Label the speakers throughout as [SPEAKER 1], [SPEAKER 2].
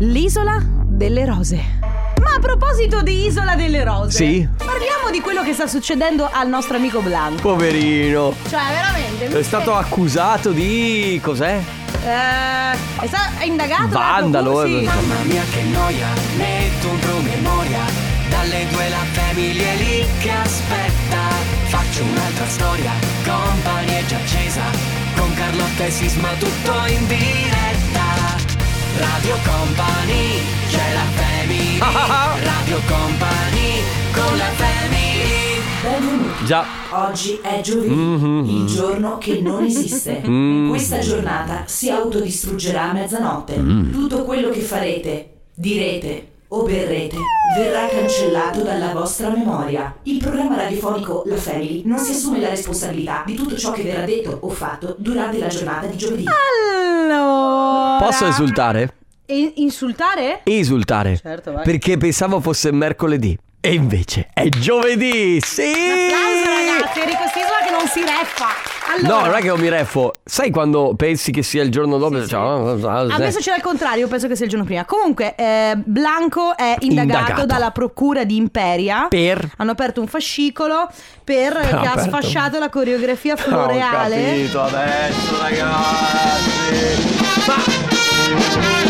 [SPEAKER 1] L'isola delle rose. Ma a proposito di Isola delle Rose,
[SPEAKER 2] Sì.
[SPEAKER 1] parliamo di quello che sta succedendo al nostro amico Blanco.
[SPEAKER 2] Poverino.
[SPEAKER 1] Cioè, veramente. mi
[SPEAKER 2] È stato
[SPEAKER 1] sembra-
[SPEAKER 2] accusato di. cos'è?
[SPEAKER 1] Eh, è, sta- è indagato. da
[SPEAKER 2] Vandalo,
[SPEAKER 1] qualcuno,
[SPEAKER 2] eh,
[SPEAKER 1] sì.
[SPEAKER 2] insomma.
[SPEAKER 3] Mamma mia che noia, metto un promemoria Dalle due la famiglia è lì che aspetta Faccio un'altra storia, company è già accesa Con Carlotta e Sisma tutto in diretta Radio Company, c'è la family
[SPEAKER 2] Ah,
[SPEAKER 3] Radio Company, con la family
[SPEAKER 4] Benvenuti.
[SPEAKER 2] Già.
[SPEAKER 4] Oggi è giovedì, il giorno che non esiste. Questa giornata si autodistruggerà a mezzanotte. Tutto quello che farete, direte o berrete verrà cancellato dalla vostra memoria. Il programma radiofonico La Family non si assume la responsabilità di tutto ciò che verrà detto o fatto durante la giornata di giovedì.
[SPEAKER 1] Allora.
[SPEAKER 2] Posso esultare?
[SPEAKER 1] E- insultare?
[SPEAKER 2] Esultare.
[SPEAKER 1] Certo, vai.
[SPEAKER 2] Perché pensavo fosse mercoledì. E invece è giovedì! Sì!
[SPEAKER 1] Applauso, ragazzi. Enrico Sisma che non si reffa. Allora.
[SPEAKER 2] No, non è che non mi reffo. Sai quando pensi che sia il giorno dopo?
[SPEAKER 1] sì.
[SPEAKER 2] Cioè,
[SPEAKER 1] A me succede il contrario, penso che sia il giorno prima. Comunque, eh, Blanco è indagato,
[SPEAKER 2] Indagato.
[SPEAKER 1] dalla procura di Imperia.
[SPEAKER 2] Per?
[SPEAKER 1] Hanno aperto un fascicolo per
[SPEAKER 2] Ah,
[SPEAKER 1] che ha
[SPEAKER 2] aperto. Oh,
[SPEAKER 1] sfasciato la coreografia floreale.
[SPEAKER 2] adesso, ragazzi. Ma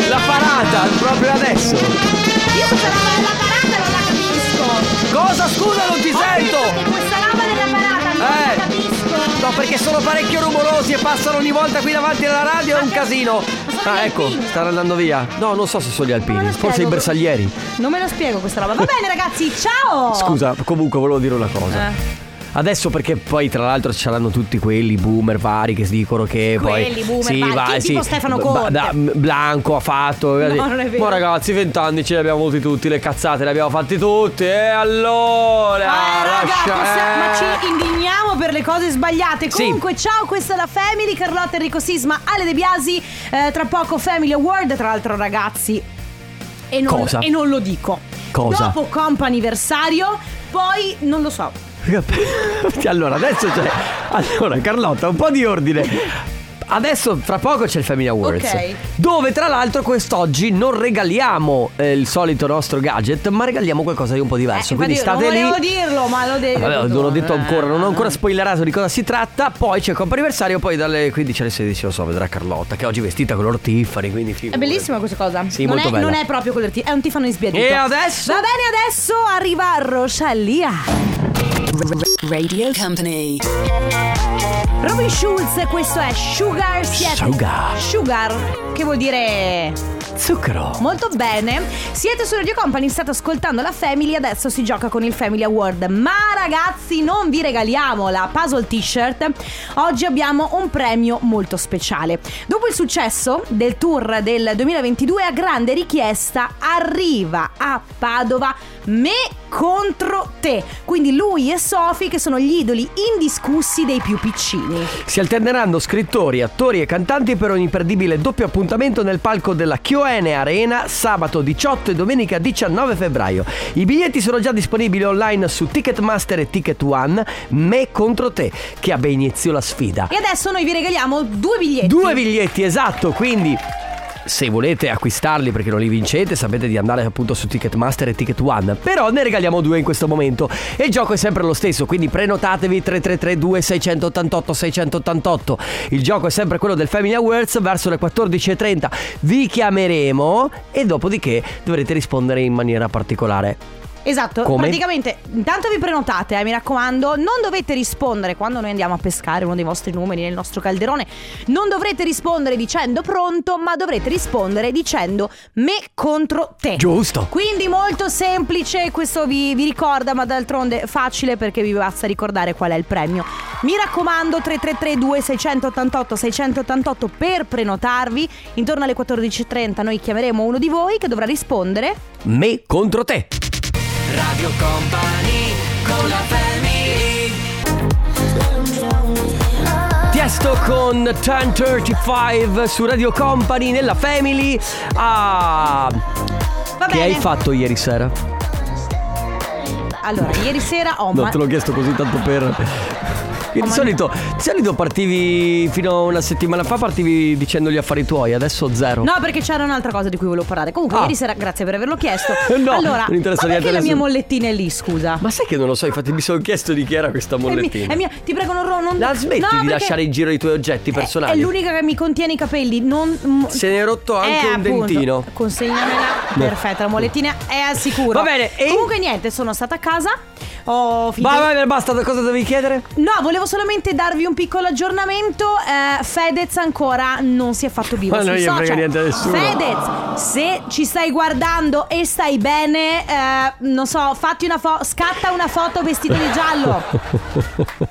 [SPEAKER 2] la parata proprio adesso.
[SPEAKER 1] Io questa roba della parata non la capisco.
[SPEAKER 2] Cosa scusa non ti sento?
[SPEAKER 1] Questa roba della parata non
[SPEAKER 2] Eh.
[SPEAKER 1] la capisco.
[SPEAKER 2] No, perché sono parecchio rumorosi e passano ogni volta qui davanti alla radio, è un casino.
[SPEAKER 1] sono gli
[SPEAKER 2] Ah, ecco,
[SPEAKER 1] alpini.
[SPEAKER 2] stanno andando via. No, non so se sono gli
[SPEAKER 1] Non me
[SPEAKER 2] alpini,
[SPEAKER 1] lo
[SPEAKER 2] forse i
[SPEAKER 1] spiego.
[SPEAKER 2] bersaglieri.
[SPEAKER 1] Non me lo spiego questa roba. Va bene, ragazzi, ciao.
[SPEAKER 2] Scusa, comunque volevo dire una cosa.
[SPEAKER 1] Oh. Eh,
[SPEAKER 2] Adesso perché poi tra l'altro ci saranno tutti quelli boomer vari che dicono che
[SPEAKER 1] Quelli
[SPEAKER 2] poi
[SPEAKER 1] boomer
[SPEAKER 2] sì,
[SPEAKER 1] vari,
[SPEAKER 2] vai,
[SPEAKER 1] chi- tipo Stefano
[SPEAKER 2] B-
[SPEAKER 1] Conte.
[SPEAKER 2] da- m- Blanco ha fatto così.
[SPEAKER 1] non è vero.
[SPEAKER 2] Ma ragazzi, vent'anni ce li abbiamo avuti tutti, le cazzate le abbiamo fatte tutte e allora
[SPEAKER 1] eh, raga,
[SPEAKER 2] Ah, lascia-
[SPEAKER 1] possiamo- ma
[SPEAKER 2] eh.
[SPEAKER 1] ci indigniamo per le cose sbagliate.
[SPEAKER 2] Sì.
[SPEAKER 1] Comunque, ciao, questa è la Family, Carlotta Enrico Sisma, Ale De Biasi. eh, tra poco Family Award, tra l'altro, ragazzi. E non,
[SPEAKER 2] Cosa?
[SPEAKER 1] E non lo dico.
[SPEAKER 2] Cosa?
[SPEAKER 1] Dopo comp anniversario, poi non lo so.
[SPEAKER 2] allora, adesso c'è. Allora, Carlotta, un po' di ordine. Adesso, fra poco c'è il Family Awards.
[SPEAKER 1] Ok.
[SPEAKER 2] Dove, tra l'altro, quest'oggi non regaliamo eh, il solito nostro gadget, ma regaliamo qualcosa di un po' diverso.
[SPEAKER 1] Eh,
[SPEAKER 2] Quindi
[SPEAKER 1] infatti
[SPEAKER 2] state
[SPEAKER 1] non
[SPEAKER 2] lì.
[SPEAKER 1] volevo dirlo, ma l'ho detto.
[SPEAKER 2] Vabbè, non l'ho detto
[SPEAKER 1] Eh.
[SPEAKER 2] ancora, non ho ancora spoilerato di cosa si tratta. Poi c'è il comp'anniversario, poi dalle 15 alle 16 lo so, vedrà Carlotta, che oggi è vestita color Tiffany, quindi
[SPEAKER 1] È
[SPEAKER 2] figurati.
[SPEAKER 1] bellissima questa cosa.
[SPEAKER 2] Sì,
[SPEAKER 1] non,
[SPEAKER 2] molto
[SPEAKER 1] è,
[SPEAKER 2] bella.
[SPEAKER 1] non è proprio quello del ti- è un tifano sbiadito.
[SPEAKER 2] E adesso?
[SPEAKER 1] Va bene, adesso arriva Rosalia.
[SPEAKER 5] Radio Company.
[SPEAKER 1] Robin Schulz, questo è Sugar Siete.
[SPEAKER 2] Sugar.
[SPEAKER 1] Sugar, che vuol dire
[SPEAKER 2] Zucchero.
[SPEAKER 1] molto bene. Siete su Radio Company, state ascoltando la Family, adesso si gioca con il Family Award. Ma ragazzi, non vi regaliamo la puzzle t-shirt. Oggi abbiamo un premio molto speciale. Dopo il successo del tour del 2022 a grande richiesta arriva a Padova me contro te. Quindi lui e Sofi che sono gli idoli indiscussi dei più piccini.
[SPEAKER 2] Si alterneranno scrittori, attori e cantanti per un imperdibile doppio appuntamento nel palco della Chioene Arena sabato 18 e domenica 19 febbraio. I biglietti sono già disponibili online su Ticketmaster e Ticket One, me contro te, che abbia inizio la sfida.
[SPEAKER 1] E adesso noi vi regaliamo due biglietti.
[SPEAKER 2] Due biglietti, esatto, quindi se volete acquistarli perché non li vincete sapete di andare appunto su Ticketmaster e Ticket One però ne regaliamo due in questo momento e il gioco è sempre lo stesso quindi prenotatevi 3332 688 688 il gioco è sempre quello del Family Awards verso le 14.30 vi chiameremo e dopodiché dovrete rispondere in maniera particolare
[SPEAKER 1] Esatto,
[SPEAKER 2] Come?
[SPEAKER 1] praticamente intanto vi prenotate, eh, mi raccomando, non dovete rispondere quando noi andiamo a pescare uno dei vostri numeri nel nostro calderone, non dovrete rispondere dicendo pronto, ma dovrete rispondere dicendo me contro te.
[SPEAKER 2] giusto
[SPEAKER 1] Quindi molto semplice, questo vi, vi ricorda, ma d'altronde facile perché vi basta ricordare qual è il premio. Mi raccomando, 3332 688 688 per prenotarvi. Intorno alle 14.30 noi chiameremo uno di voi che dovrà rispondere.
[SPEAKER 2] me contro te
[SPEAKER 3] Radio Company, con la family
[SPEAKER 2] Tiesto con 1035 su Radio Company nella Family. Ah,
[SPEAKER 1] Va
[SPEAKER 2] che
[SPEAKER 1] bene.
[SPEAKER 2] hai fatto ieri sera?
[SPEAKER 1] Allora, ieri sera ho ma- Oh,
[SPEAKER 2] l'ho chiesto così tanto per. Io di solito, di solito partivi fino a una settimana fa, partivi dicendo gli affari tuoi, adesso zero.
[SPEAKER 1] No, perché c'era un'altra cosa di cui volevo parlare. Comunque,
[SPEAKER 2] Ah.
[SPEAKER 1] ieri sera, grazie per averlo chiesto.
[SPEAKER 2] No,
[SPEAKER 1] allora,
[SPEAKER 2] non interessa
[SPEAKER 1] ma
[SPEAKER 2] niente
[SPEAKER 1] perché la mia
[SPEAKER 2] adesso.
[SPEAKER 1] mollettina è lì, scusa?
[SPEAKER 2] Ma sai che non lo so, infatti mi sono chiesto di chi era questa
[SPEAKER 1] È Eh, mi-
[SPEAKER 2] mollettina.
[SPEAKER 1] È mia, ti prego, non, ro- non
[SPEAKER 2] La smetti
[SPEAKER 1] No,
[SPEAKER 2] di
[SPEAKER 1] perché Eh,
[SPEAKER 2] lasciare in giro i tuoi oggetti
[SPEAKER 1] è-
[SPEAKER 2] personali.
[SPEAKER 1] È l'unica che mi contiene i capelli. Non. m-
[SPEAKER 2] Se ne è rotto anche
[SPEAKER 1] Eh,
[SPEAKER 2] un
[SPEAKER 1] appunto.
[SPEAKER 2] dentino.
[SPEAKER 1] Consegnamela. Perfetto, la mollettina è al sicuro.
[SPEAKER 2] Va bene, e-
[SPEAKER 1] Comunque, niente, sono stata a casa. Ho finito.
[SPEAKER 2] Vai, vai, vai, basta, cosa devi chiedere?
[SPEAKER 1] No, volevo solamente darvi un piccolo aggiornamento. Eh, Fedez ancora non si è fatto vivo.
[SPEAKER 2] Ma non
[SPEAKER 1] sui
[SPEAKER 2] gli frega
[SPEAKER 1] social.
[SPEAKER 2] niente a nessuno.
[SPEAKER 1] Fedez, se ci stai guardando e stai bene, eh, non so, fatti una foto. Scatta una foto vestito di giallo.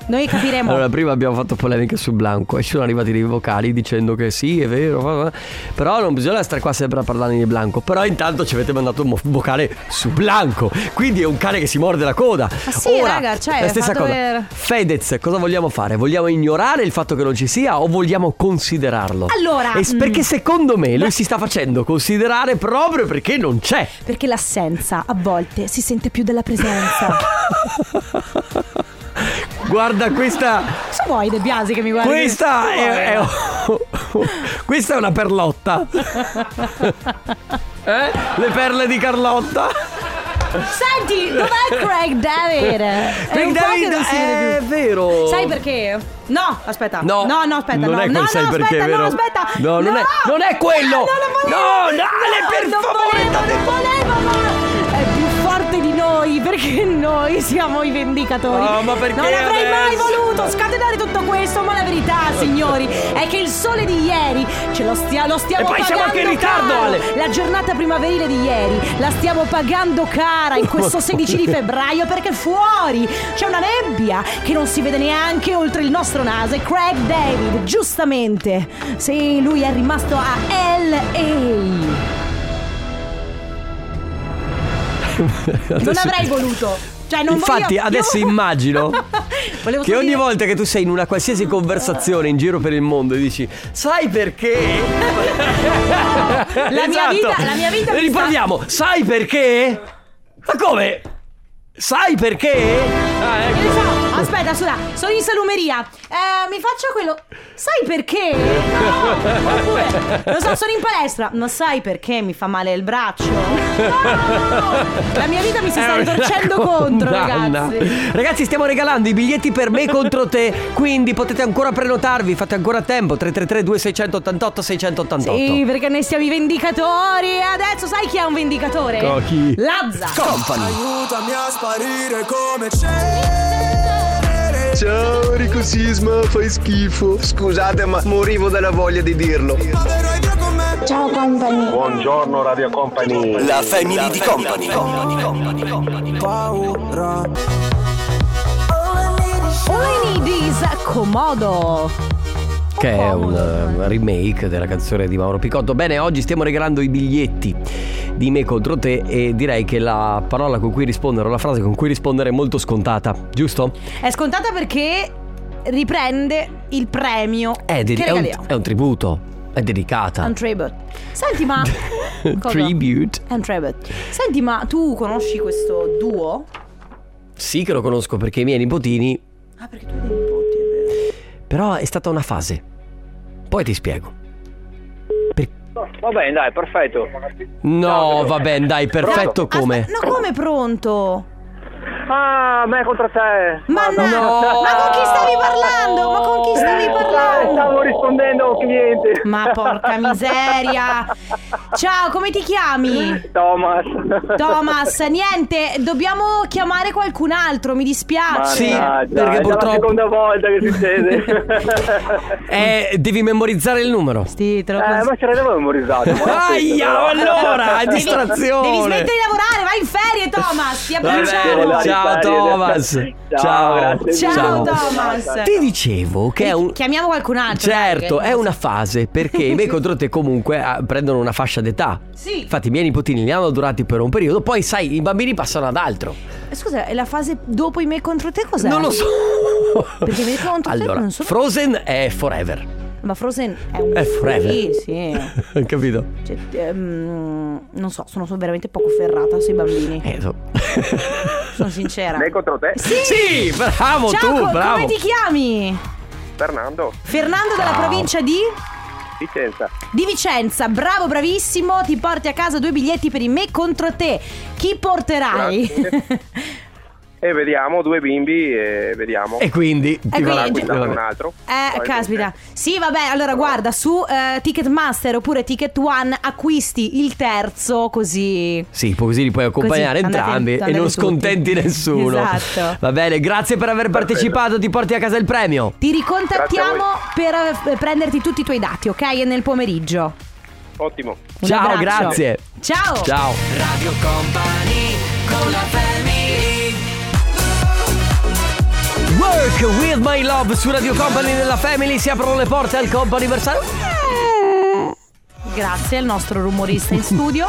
[SPEAKER 1] Noi capiremo.
[SPEAKER 2] Allora, prima abbiamo fatto polemiche su Blanco e ci sono arrivati dei vocali dicendo che sì, è vero, va, va. però non bisogna stare qua sempre a parlare di Blanco. Però intanto ci avete mandato un mo- vocale su Blanco, quindi è un cane che si morde la coda.
[SPEAKER 1] Ma sì,
[SPEAKER 2] Ora,
[SPEAKER 1] raga, cioè,
[SPEAKER 2] la stessa
[SPEAKER 1] fa
[SPEAKER 2] cosa.
[SPEAKER 1] dover-
[SPEAKER 2] Fedez, cosa vogliamo fare? Vogliamo ignorare il fatto che non ci sia o vogliamo considerarlo?
[SPEAKER 1] Allora,
[SPEAKER 2] E s-
[SPEAKER 1] mm.
[SPEAKER 2] perché secondo me lui si sta facendo considerare proprio perché non c'è.
[SPEAKER 1] Perché l'assenza a volte si sente più della presenza.
[SPEAKER 2] Guarda questa.
[SPEAKER 1] Cosa vuoi De Biasi che mi guardi? Oh,
[SPEAKER 2] Questa è, è- questa è una perlotta. Eh? Le perle di Carlotta.
[SPEAKER 1] Senti, dov'è Craig David? È
[SPEAKER 2] Craig
[SPEAKER 1] un po' che
[SPEAKER 2] David, eh,
[SPEAKER 1] non si vede
[SPEAKER 2] è
[SPEAKER 1] più.
[SPEAKER 2] vero.
[SPEAKER 1] Sai perché? No, aspetta.
[SPEAKER 2] No,
[SPEAKER 1] no, no, aspetta.
[SPEAKER 2] non
[SPEAKER 1] no,
[SPEAKER 2] è
[SPEAKER 1] no,
[SPEAKER 2] quel
[SPEAKER 1] no,
[SPEAKER 2] sai
[SPEAKER 1] aspetta,
[SPEAKER 2] perché,
[SPEAKER 1] no,
[SPEAKER 2] vero?
[SPEAKER 1] aspetta. Ah,
[SPEAKER 2] No, non è- non è quello.
[SPEAKER 1] No, non lo volevo.
[SPEAKER 2] No, Dale, per
[SPEAKER 1] non
[SPEAKER 2] favore,
[SPEAKER 1] volevo,
[SPEAKER 2] date-
[SPEAKER 1] non volevo, ma è più forte di noi perché noi siamo i vendicatori.
[SPEAKER 2] No, Ah, ma perché
[SPEAKER 1] Non avrei mai
[SPEAKER 2] adesso?
[SPEAKER 1] voluto scatenare tutto questo, ma la verità, signori, è che il sole di ieri ce lo, stia- lo stiamo
[SPEAKER 2] E poi
[SPEAKER 1] pagando
[SPEAKER 2] siamo anche in ritardo,
[SPEAKER 1] caro.
[SPEAKER 2] Ale.
[SPEAKER 1] La giornata primaverile di ieri la stiamo pagando cara in questo 16 di febbraio perché fuori c'è una nebbia che non si vede neanche oltre il nostro naso. E Craig David, giustamente, sì, lui è rimasto a LA. Non
[SPEAKER 2] Adesso-
[SPEAKER 1] avrei voluto. Cioè, non
[SPEAKER 2] Infatti,
[SPEAKER 1] voglio-
[SPEAKER 2] adesso
[SPEAKER 1] io-
[SPEAKER 2] immagino
[SPEAKER 1] Volevo
[SPEAKER 2] che
[SPEAKER 1] solo
[SPEAKER 2] ogni
[SPEAKER 1] dire-
[SPEAKER 2] volta che tu sei in una qualsiasi conversazione in giro per il mondo e dici, sai perché?
[SPEAKER 1] La mia
[SPEAKER 2] Esatto.
[SPEAKER 1] vita, la mia vita mi
[SPEAKER 2] Riproviamo, sai perché? Ma come? Sai perché? Ah,
[SPEAKER 1] Che
[SPEAKER 2] ecco.
[SPEAKER 1] ne so? Aspetta, scusa, sono in salumeria. Eh, mi faccio quello. Sai perché? No! Oppure, lo so, sono in palestra. Ma sai perché mi fa male il braccio? No! La mia vita mi si sta
[SPEAKER 2] È Eh, una
[SPEAKER 1] ritorcendo contro,
[SPEAKER 2] condanna.
[SPEAKER 1] ragazzi.
[SPEAKER 2] Ragazzi, stiamo regalando i biglietti per me contro te. Quindi potete ancora prenotarvi, fate ancora tempo. 333 2688 688
[SPEAKER 1] Sì, perché noi siamo i vendicatori. E adesso sai chi è un vendicatore?
[SPEAKER 2] Co- chi?
[SPEAKER 1] Lazza.
[SPEAKER 2] Company.
[SPEAKER 6] Aiutami a sparire come c'è.
[SPEAKER 7] Ciao Rico Sisma, fai schifo. Scusate, ma morivo dalla voglia di dirlo.
[SPEAKER 6] Ma vero hai via con me.
[SPEAKER 8] Ciao company.
[SPEAKER 9] Buongiorno Radio Company.
[SPEAKER 3] La family di company.
[SPEAKER 6] Paura.
[SPEAKER 1] All I need is Comodo.
[SPEAKER 2] Che è un eh, remake della canzone di Mauro Picotto. Bene, oggi stiamo regalando i biglietti di me contro te e direi che la parola con cui rispondere, o la frase con cui rispondere è molto scontata, giusto?
[SPEAKER 1] È scontata perché riprende il premio
[SPEAKER 2] È, de-
[SPEAKER 1] che
[SPEAKER 2] Eh, è, un,
[SPEAKER 1] regaliamo.
[SPEAKER 2] è un tributo, è dedicata. Eh,
[SPEAKER 1] Un tribute. Senti, ma. Cosa?
[SPEAKER 2] Tribute.
[SPEAKER 1] È un tribute. Senti, ma tu conosci questo duo?
[SPEAKER 2] Sì che lo conosco perché i miei nipotini
[SPEAKER 1] Ah, perché tu hai dei nipoti, è vero?
[SPEAKER 2] Però è stata una fase. Poi ti spiego.
[SPEAKER 9] Va bene, dai, perfetto.
[SPEAKER 2] No, va bene, dai, perfetto
[SPEAKER 1] Aspe-
[SPEAKER 2] come.
[SPEAKER 1] no, come pronto?
[SPEAKER 9] Ah, me contro te.
[SPEAKER 1] Ma no! Ma con chi stavi parlando? Ma con chi stavi
[SPEAKER 9] Dai,
[SPEAKER 2] Oh.
[SPEAKER 9] Stavo
[SPEAKER 1] parlando?
[SPEAKER 9] rispondendo a un cliente.
[SPEAKER 1] Ma porca miseria! Ciao, come ti
[SPEAKER 2] Mm.
[SPEAKER 1] chiami?
[SPEAKER 9] Thomas.
[SPEAKER 1] Thomas, niente, dobbiamo chiamare qualcun altro, mi dispiace.
[SPEAKER 2] Sì,
[SPEAKER 9] Mannaggia,
[SPEAKER 2] perché
[SPEAKER 9] è già
[SPEAKER 2] purtroppo-
[SPEAKER 9] la seconda volta che succede. eh,
[SPEAKER 2] Eh, devi memorizzare il numero.
[SPEAKER 1] Sì, te lo consiglio.
[SPEAKER 9] ma ce l'avevo memorizzato. ma non penso,
[SPEAKER 2] Aia,
[SPEAKER 9] però.
[SPEAKER 2] allora, è
[SPEAKER 1] Devi-
[SPEAKER 2] distrazione.
[SPEAKER 1] Devi smettere di lavorare, vai in ferie, Thomas! Ti
[SPEAKER 2] Va
[SPEAKER 1] abbracciamo!
[SPEAKER 2] bene,
[SPEAKER 9] Ciao.
[SPEAKER 2] ciao Thomas.
[SPEAKER 9] Ciao, grazie
[SPEAKER 1] Ciao,
[SPEAKER 9] Ciao.
[SPEAKER 1] Thomas.
[SPEAKER 2] Ti dicevo che è un
[SPEAKER 1] Chiamiamo qualcun altro.
[SPEAKER 2] Certo,
[SPEAKER 1] dai,
[SPEAKER 2] è
[SPEAKER 1] che-
[SPEAKER 2] una fase perché i miei contro te comunque ah, prendono una fascia d'età.
[SPEAKER 1] Sì.
[SPEAKER 2] Infatti i miei nipotini li hanno durati per un periodo, poi sai, i bambini passano ad altro.
[SPEAKER 1] Esatto. Eh, Scusa, e la fase dopo i me contro te cos'è?
[SPEAKER 2] Non lo so.
[SPEAKER 1] Perché i me contro te
[SPEAKER 2] Allora,
[SPEAKER 1] non sono.
[SPEAKER 2] Frozen è forever.
[SPEAKER 1] ma Frozen è un
[SPEAKER 2] È forever.
[SPEAKER 1] Sì, sì.
[SPEAKER 2] Capito?
[SPEAKER 1] Cioè, ehm, non so, sono sono veramente poco ferrata sui bambini.
[SPEAKER 2] Eh, so.
[SPEAKER 1] Sono sincera.
[SPEAKER 9] Lei contro te,
[SPEAKER 1] Sì.
[SPEAKER 2] sì, bravo
[SPEAKER 1] Ciao,
[SPEAKER 2] tu,
[SPEAKER 1] co-
[SPEAKER 2] bravo.
[SPEAKER 1] come ti chiami?
[SPEAKER 9] Fernando,
[SPEAKER 1] Fernando dalla
[SPEAKER 2] Ciao.
[SPEAKER 1] provincia di
[SPEAKER 9] Vicenza.
[SPEAKER 1] di Vicenza, bravo, bravissimo, ti porti a casa due biglietti per il me contro te. Chi porterai?
[SPEAKER 9] E vediamo due bimbi e vediamo.
[SPEAKER 2] E quindi ti
[SPEAKER 1] quindi-
[SPEAKER 2] farà-
[SPEAKER 1] Quindi-
[SPEAKER 9] Quest'anno
[SPEAKER 2] vabbè.
[SPEAKER 9] un altro.
[SPEAKER 1] Eh,
[SPEAKER 9] Poi
[SPEAKER 1] caspita. Sì, vabbè, allora guarda, su eh, Ticketmaster oppure Ticket One acquisti il terzo così.
[SPEAKER 2] Sì, poi così li puoi accompagnare
[SPEAKER 1] Così, andate-
[SPEAKER 2] entrambi e
[SPEAKER 1] andate
[SPEAKER 2] non
[SPEAKER 1] tutti.
[SPEAKER 2] scontenti nessuno.
[SPEAKER 1] Esatto.
[SPEAKER 2] Va bene, grazie per aver partecipato, ti porti a casa il premio.
[SPEAKER 1] Ti ricontattiamo per eh, prenderti tutti i tuoi dati, ok? E nel pomeriggio.
[SPEAKER 9] Ottimo.
[SPEAKER 1] Un
[SPEAKER 2] Ciao,
[SPEAKER 1] abbraccio.
[SPEAKER 2] grazie.
[SPEAKER 1] Ciao.
[SPEAKER 2] Ciao.
[SPEAKER 3] Radio Company con la family
[SPEAKER 2] Work with my love su Radio Company della Family, si aprono le porte al compo anniversario.
[SPEAKER 1] Eh. Grazie al nostro rumorista in studio.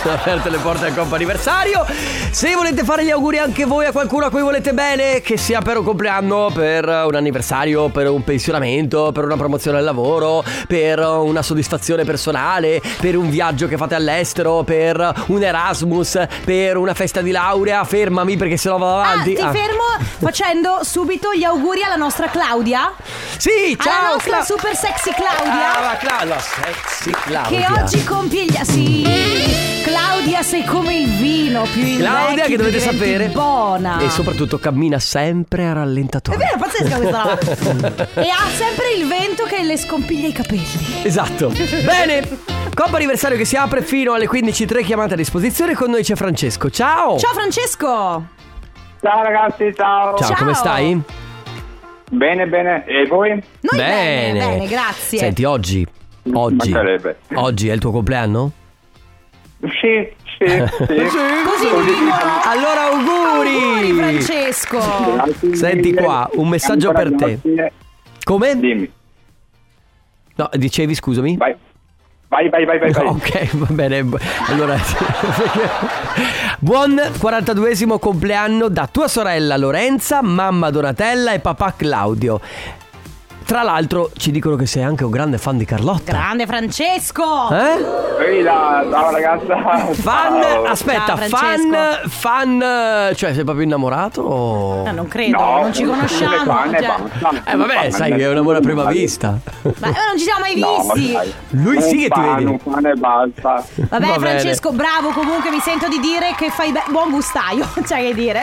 [SPEAKER 2] Sono aperte le porte al compo anniversario. Se volete fare gli auguri anche voi a qualcuno a cui volete bene, che sia per un compleanno, per un anniversario, per un pensionamento, per una promozione al lavoro, per una soddisfazione personale, per un viaggio che fate all'estero, per un Erasmus, per una festa di laurea, fermami perché sennò vado
[SPEAKER 1] Ah,
[SPEAKER 2] avanti.
[SPEAKER 1] ti
[SPEAKER 2] Ah.
[SPEAKER 1] fermo facendo subito gli auguri alla nostra Claudia.
[SPEAKER 2] Sì, ciao.
[SPEAKER 1] alla nostra
[SPEAKER 2] Cla-
[SPEAKER 1] super sexy Claudia.
[SPEAKER 2] Ah, la Cla- la sexy Claudia.
[SPEAKER 1] Che oggi compie gli... Sì, Claudia sei come il vino, più il
[SPEAKER 2] Claudia che dovete sapere
[SPEAKER 1] Buona.
[SPEAKER 2] E soprattutto cammina sempre a
[SPEAKER 1] È
[SPEAKER 2] rallentatore
[SPEAKER 1] vero, è pazzesca questa roba. e ha sempre il vento che le scompiglia i capelli.
[SPEAKER 2] Esatto Bene Coppa anniversario che si apre fino alle 15.03 Chiamate a disposizione Con noi c'è Francesco Ciao
[SPEAKER 1] Ciao Francesco.
[SPEAKER 9] Ciao ragazzi, ciao.
[SPEAKER 2] Ciao,
[SPEAKER 1] Ciao.
[SPEAKER 2] come stai?
[SPEAKER 9] Bene, bene. E voi?
[SPEAKER 1] Noi bene, bene, grazie.
[SPEAKER 2] Senti oggi Oggi
[SPEAKER 9] mancherebbe.
[SPEAKER 2] Oggi è il tuo compleanno?
[SPEAKER 9] Sì, sì, sì.
[SPEAKER 1] Così mi dicono.
[SPEAKER 2] Allora
[SPEAKER 1] Auguri
[SPEAKER 2] auguri
[SPEAKER 1] Francesco.
[SPEAKER 2] Ah, Senti qua, un messaggio per te. Come?
[SPEAKER 9] Dimmi,
[SPEAKER 2] No dicevi scusami
[SPEAKER 9] vai. Vai, vai, vai, vai. vai.
[SPEAKER 2] Ok, va bene. Allora, buon 42esimo compleanno da tua sorella Lorenza, mamma Donatella e papà Claudio. Tra l'altro, ci dicono che sei anche un grande fan di Carlotta.
[SPEAKER 1] Grande Francesco.
[SPEAKER 2] Eh?
[SPEAKER 9] Ehi, la, ciao ragazza.
[SPEAKER 2] Fan,
[SPEAKER 9] Ciao.
[SPEAKER 2] aspetta,
[SPEAKER 1] Ciao,
[SPEAKER 2] fan,
[SPEAKER 1] Francesco. Ah,
[SPEAKER 2] fan, eh, cioè sei proprio innamorato? o-
[SPEAKER 1] No, non credo,
[SPEAKER 9] No,
[SPEAKER 1] non ci
[SPEAKER 9] siete
[SPEAKER 1] conosciamo.
[SPEAKER 9] fan e
[SPEAKER 1] cioè.
[SPEAKER 9] basta.
[SPEAKER 2] Eh vabbè,
[SPEAKER 9] Fan,
[SPEAKER 2] sai
[SPEAKER 9] eh.
[SPEAKER 2] che è un amore a prima vista.
[SPEAKER 1] Ma ma non ci siamo mai
[SPEAKER 9] No,
[SPEAKER 1] visti.
[SPEAKER 9] dai.
[SPEAKER 2] Lui sì
[SPEAKER 9] Un
[SPEAKER 2] che ti
[SPEAKER 9] fan,
[SPEAKER 2] vedi.
[SPEAKER 9] Un fan e basta.
[SPEAKER 1] Vabbè,
[SPEAKER 2] Va bene.
[SPEAKER 1] Francesco, bravo comunque, mi sento di dire che fai be- buon gustaio, c'è che dire.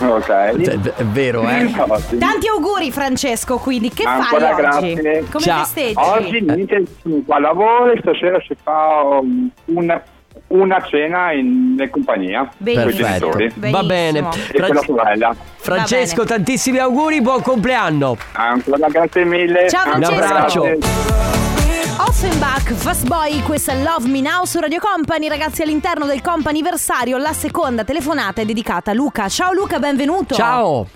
[SPEAKER 9] Ok.
[SPEAKER 2] Cioè, è vero, eh.
[SPEAKER 9] Infatti.
[SPEAKER 1] Tanti auguri Francesco, quindi che
[SPEAKER 9] Ancora
[SPEAKER 1] fai oggi?
[SPEAKER 9] grazie.
[SPEAKER 1] Come
[SPEAKER 2] Ciao.
[SPEAKER 1] festeggi?
[SPEAKER 2] Eh.
[SPEAKER 9] Oggi niente qua lavoro e stasera si fa um, una, una cena in, in compagnia con i
[SPEAKER 1] Benissimo.
[SPEAKER 9] genitori
[SPEAKER 1] Benissimo.
[SPEAKER 2] Va bene.
[SPEAKER 9] e con la sorella.
[SPEAKER 2] Francesco,
[SPEAKER 1] Va
[SPEAKER 2] tantissimi auguri, buon compleanno.
[SPEAKER 9] Ancora grazie mille.
[SPEAKER 1] Ciao,
[SPEAKER 9] Ancora
[SPEAKER 2] Francesco. Un abbraccio.
[SPEAKER 1] Offenbach, Fast Boy, questa è Love Me Now su Radio Company. Ragazzi, all'interno del companiversario, la seconda telefonata è dedicata a Luca. Ciao Luca, benvenuto.
[SPEAKER 2] Ciao.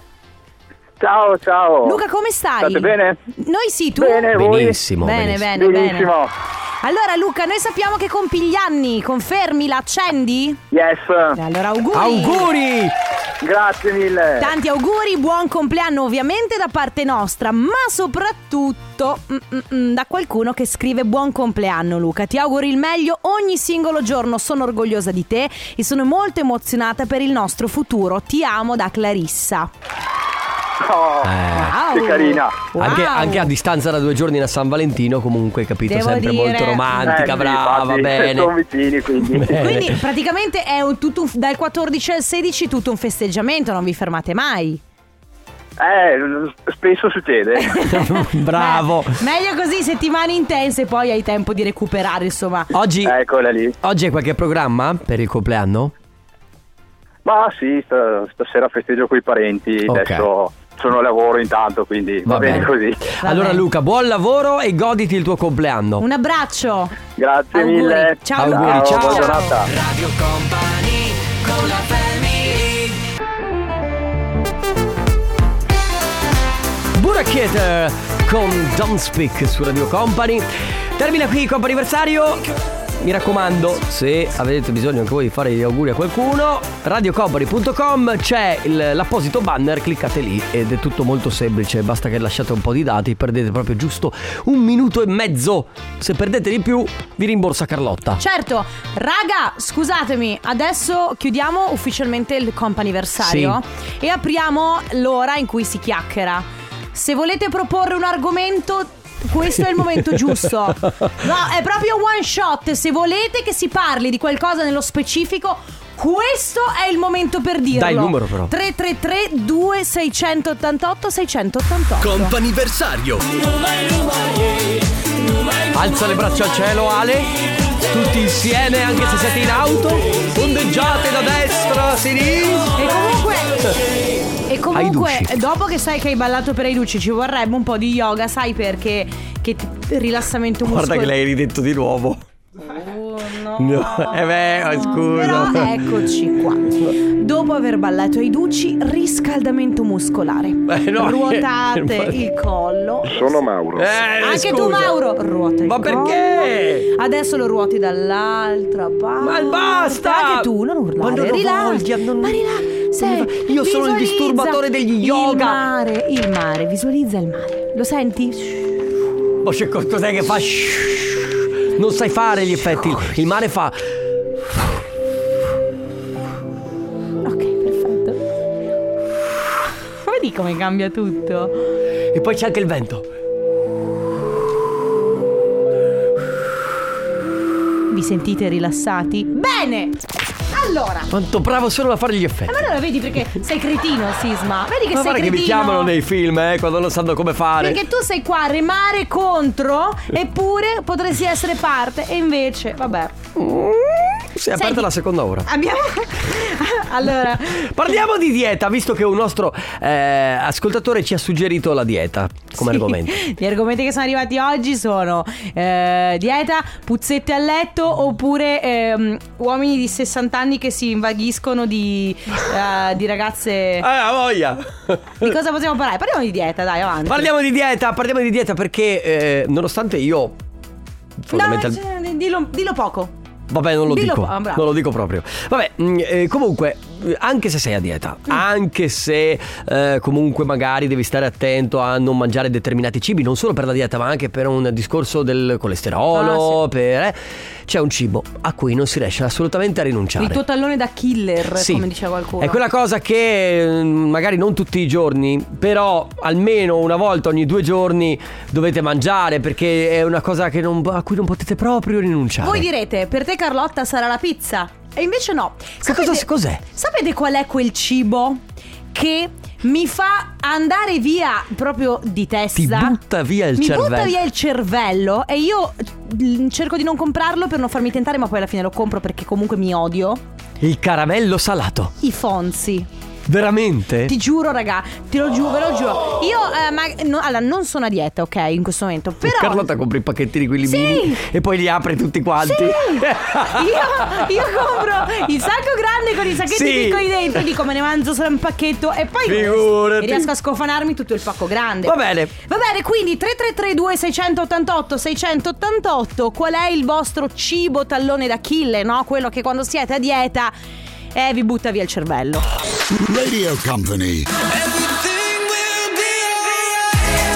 [SPEAKER 9] Ciao, ciao.
[SPEAKER 1] Luca, come stai?
[SPEAKER 9] State bene?
[SPEAKER 1] Noi sì, tu?
[SPEAKER 9] Bene, voi?
[SPEAKER 2] Benissimo.
[SPEAKER 1] Eh, Bene,
[SPEAKER 2] benissimo.
[SPEAKER 1] bene, bene.
[SPEAKER 9] Benissimo.
[SPEAKER 1] Allora Luca, noi sappiamo che compi gli anni, confermi, la accendi?
[SPEAKER 9] Yes.
[SPEAKER 1] E Allora auguri.
[SPEAKER 2] Auguri!
[SPEAKER 9] Grazie mille.
[SPEAKER 1] Tanti auguri, buon compleanno ovviamente da parte nostra, ma soprattutto mm, mm, mm, da qualcuno che scrive buon compleanno Luca. Ti auguro il meglio ogni singolo giorno, sono orgogliosa di te e sono molto emozionata per il nostro futuro. Ti amo da Clarissa.
[SPEAKER 9] Oh,
[SPEAKER 1] Wow.
[SPEAKER 9] Che carina.
[SPEAKER 1] Wow.
[SPEAKER 2] Anche, anche a distanza da due giorni da San Valentino, comunque, capito?
[SPEAKER 1] Devo
[SPEAKER 2] sempre
[SPEAKER 1] dire-
[SPEAKER 2] molto romantica,
[SPEAKER 9] Eh,
[SPEAKER 2] brava, va
[SPEAKER 9] infatti, Sono
[SPEAKER 2] bene.
[SPEAKER 9] vicini quindi.
[SPEAKER 2] Bene.
[SPEAKER 1] Eh. Quindi praticamente è un- tutto un- dal 14 al 16 tutto un festeggiamento, non vi fermate mai.
[SPEAKER 9] Eh, spesso succede.
[SPEAKER 2] Bravo.
[SPEAKER 1] Beh, meglio così, settimane intense, poi hai tempo di recuperare, insomma.
[SPEAKER 2] Oggi,
[SPEAKER 9] Eccola Eh, lì.
[SPEAKER 2] oggi hai qualche programma per il compleanno?
[SPEAKER 9] Ma sì, sta- stasera festeggio con i parenti,
[SPEAKER 2] Ok.
[SPEAKER 9] adesso sono a lavoro intanto, quindi va,
[SPEAKER 2] Va
[SPEAKER 9] bene.
[SPEAKER 2] bene.
[SPEAKER 9] così.
[SPEAKER 1] Va
[SPEAKER 2] allora,
[SPEAKER 1] bene.
[SPEAKER 2] Luca, buon lavoro e goditi il tuo compleanno.
[SPEAKER 1] Un abbraccio.
[SPEAKER 9] Grazie
[SPEAKER 1] Auguri.
[SPEAKER 9] mille.
[SPEAKER 1] Ciao,
[SPEAKER 2] Auguri, ciao.
[SPEAKER 9] buona
[SPEAKER 2] Ciao.
[SPEAKER 9] giornata.
[SPEAKER 3] Radio Company con la family
[SPEAKER 2] eh, Burakete con Don't Speak su Radio Company. Termina qui il comp'anniversario. mi raccomando, se avete bisogno anche voi di fare gli auguri a qualcuno, radiocobari.com c'è il- l'apposito banner, cliccate lì ed è tutto molto semplice, basta che lasciate un po' di dati, perdete proprio giusto un minuto e mezzo. Se perdete di più, vi rimborsa Carlotta.
[SPEAKER 1] Certo, raga, scusatemi, adesso chiudiamo ufficialmente il comp'anniversario e apriamo l'ora in cui si chiacchiera. Se volete proporre un argomento, questo è il momento giusto. No, è proprio one shot, se volete che si parli di qualcosa nello specifico, questo è il momento per dirlo.
[SPEAKER 2] Dai il numero, però.
[SPEAKER 1] 333 2688 688.
[SPEAKER 2] Comp'anniversario Alza le braccia al cielo Ale Tutti insieme anche se siete in auto Ondeggiate da destra a sinistra
[SPEAKER 1] E comunque, e comunque
[SPEAKER 2] Ai duci.
[SPEAKER 1] dopo che sai che hai ballato per i luci, ci vorrebbe un po' di yoga, sai perché? Che ti- rilassamento
[SPEAKER 2] Guarda
[SPEAKER 1] muscolare. Oh,
[SPEAKER 2] che l'hai ridetto di nuovo
[SPEAKER 1] no.
[SPEAKER 2] No, eh beh, oh, scusa.
[SPEAKER 1] Però ecco. eccoci qua. Dopo aver ballato ai duci, riscaldamento muscolare.
[SPEAKER 2] Beh, no, eh,
[SPEAKER 1] Ruotate
[SPEAKER 2] eh,
[SPEAKER 1] il collo.
[SPEAKER 9] Sono Mauro.
[SPEAKER 2] Eh,
[SPEAKER 1] Anche
[SPEAKER 2] scusa.
[SPEAKER 1] tu, Mauro, ruota il
[SPEAKER 2] Ma
[SPEAKER 1] collo.
[SPEAKER 2] perché?
[SPEAKER 1] Adesso lo ruoti dall'altra parte.
[SPEAKER 2] Ma basta!
[SPEAKER 1] Anche tu, non urlare.
[SPEAKER 2] Ma non ho
[SPEAKER 1] Rilassa.
[SPEAKER 2] voglia, non-
[SPEAKER 1] Ma rilassa.
[SPEAKER 2] Non mi va- io sono il
[SPEAKER 1] visualizza
[SPEAKER 2] disturbatore degli
[SPEAKER 1] Il
[SPEAKER 2] yoga.
[SPEAKER 1] mare, il mare, visualizza il mare. Lo senti?
[SPEAKER 2] Oh, c'è co- cos'è che fa? Non sai fare gli effetti Il mare fa
[SPEAKER 1] Ok, perfetto. Vedi come cambia tutto?
[SPEAKER 2] E poi c'è anche il vento
[SPEAKER 1] Vi sentite rilassati? Bene! Allora,
[SPEAKER 2] Quanto bravo sono a fare gli effetti
[SPEAKER 1] ma allora vedi perché sei cretino, Sisma? Vedi che sei
[SPEAKER 2] Ma guarda
[SPEAKER 1] cretino.
[SPEAKER 2] che mi chiamano nei film, eh, quando non sanno come fare.
[SPEAKER 1] Perché tu sei qua a remare contro, eppure potresti essere parte, e invece, vabbè.
[SPEAKER 2] Mm, Si è aperta
[SPEAKER 1] Senti-
[SPEAKER 2] la seconda ora.
[SPEAKER 1] Abbiamo. allora.
[SPEAKER 2] Parliamo di dieta, visto che un nostro eh, ascoltatore ci ha suggerito la dieta come
[SPEAKER 1] sì, Eh,
[SPEAKER 2] argomento.
[SPEAKER 1] Gli argomenti che sono arrivati oggi sono eh, dieta, puzzette a letto oppure ehm, uomini di 60 anni che si invaghiscono di, eh, di ragazze.
[SPEAKER 2] Ah, voglia!
[SPEAKER 1] Di cosa possiamo parlare? Parliamo di dieta, dai, avanti.
[SPEAKER 2] Parliamo di dieta, parliamo di dieta perché eh, nonostante io fondamental-
[SPEAKER 1] No, eh, dillo, dillo poco.
[SPEAKER 2] Vabbè, non lo
[SPEAKER 1] Dillo
[SPEAKER 2] dico.
[SPEAKER 1] po- ah, bravo.
[SPEAKER 2] non lo dico proprio. Vabbè, mh, eh, comunque, eh, anche se sei a dieta,
[SPEAKER 1] Mm.
[SPEAKER 2] anche se eh, comunque magari devi stare attento a non mangiare determinati cibi, non solo per la dieta, ma anche per un discorso del colesterolo,
[SPEAKER 1] Ah,
[SPEAKER 2] per, eh, c'è un cibo a cui non si riesce assolutamente a rinunciare.
[SPEAKER 1] Il tuo tallone da killer,
[SPEAKER 2] Sì.
[SPEAKER 1] come diceva qualcuno.
[SPEAKER 2] È quella cosa che eh, magari non tutti i giorni, però almeno una volta ogni due giorni dovete mangiare perché è una cosa che non- a cui non potete proprio rinunciare.
[SPEAKER 1] Voi direte, per te Carlotta sarà la pizza. E invece no.
[SPEAKER 2] cosa- cos'è?
[SPEAKER 1] Sapete qual è quel cibo che mi fa andare via proprio di
[SPEAKER 2] Ti
[SPEAKER 1] testa?
[SPEAKER 2] butta via il
[SPEAKER 1] mi butta
[SPEAKER 2] cervello.
[SPEAKER 1] via il cervello e io mm, cerco di non comprarlo per non farmi tentare, ma poi alla fine lo compro perché comunque mi odio.
[SPEAKER 2] Il caramello salato.
[SPEAKER 1] I fonzi.
[SPEAKER 2] Veramente?
[SPEAKER 1] Ti giuro, raga, te lo giuro, ve lo giuro. Io, eh, ma- no, allora, non sono a dieta, ok, in questo momento. Però.
[SPEAKER 2] Carlotta compra i pacchettini quelli
[SPEAKER 1] Sì.
[SPEAKER 2] mini e poi li apre tutti quanti.
[SPEAKER 1] Sì. Io, io compro il sacco grande con i sacchetti
[SPEAKER 2] Sì.
[SPEAKER 1] piccoli dentro, dico me ne mangio solo un pacchetto e poi
[SPEAKER 2] Figurati.
[SPEAKER 1] riesco a scofanarmi tutto il pacco grande.
[SPEAKER 2] Va bene.
[SPEAKER 1] Va bene, quindi 3332 688 688, qual è il vostro cibo tallone d'Achille, no? Quello che quando siete a dieta eh, vi butta via il cervello.
[SPEAKER 8] Radio Company.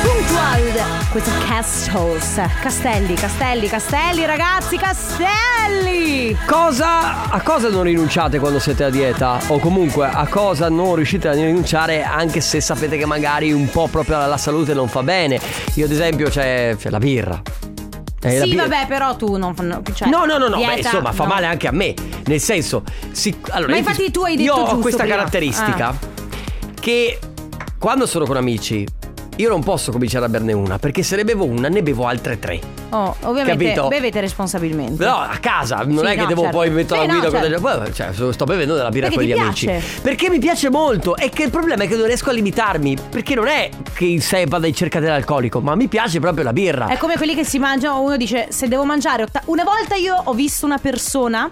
[SPEAKER 1] Puntual, questo è Castles, Castelli, Castelli, Castelli, ragazzi, Castelli!
[SPEAKER 2] Cosa, a cosa non rinunciate quando siete a dieta? O comunque a cosa non riuscite a rinunciare anche se sapete che magari un po' proprio alla salute non fa bene? Io ad esempio c'è, c'è la birra. Eh, la
[SPEAKER 1] sì,
[SPEAKER 2] birra-
[SPEAKER 1] vabbè, però tu non cioè,
[SPEAKER 2] No, no, no, no, beh,
[SPEAKER 1] dieta,
[SPEAKER 2] insomma, fa
[SPEAKER 1] no.
[SPEAKER 2] male anche a me. Nel senso, sì, allora,
[SPEAKER 1] Ma
[SPEAKER 2] io ti-
[SPEAKER 1] infatti tu hai detto
[SPEAKER 2] Io ho
[SPEAKER 1] giusto
[SPEAKER 2] questa
[SPEAKER 1] prima. Ah.
[SPEAKER 2] caratteristica che quando sono con amici, io non posso cominciare a berne una, perché se ne bevo una, ne bevo altre tre.
[SPEAKER 1] Oh, ovviamente
[SPEAKER 2] Capito?
[SPEAKER 1] bevete responsabilmente.
[SPEAKER 2] No, a casa, non
[SPEAKER 1] Sì,
[SPEAKER 2] è che
[SPEAKER 1] no,
[SPEAKER 2] devo
[SPEAKER 1] certo.
[SPEAKER 2] poi mettere
[SPEAKER 1] Sì,
[SPEAKER 2] la
[SPEAKER 1] no,
[SPEAKER 2] guida con
[SPEAKER 1] certo.
[SPEAKER 2] delle- Beh, cioè, sto bevendo della birra
[SPEAKER 1] Perché
[SPEAKER 2] con gli
[SPEAKER 1] ti
[SPEAKER 2] amici.
[SPEAKER 1] piace?
[SPEAKER 2] Perché mi piace molto. E che il problema è che non riesco a limitarmi. Perché non è che in sé vada in cerca dell'alcolico, ma mi piace proprio la birra.
[SPEAKER 1] È come quelli che si mangiano, uno dice se devo mangiare otta- Una volta io ho visto una persona,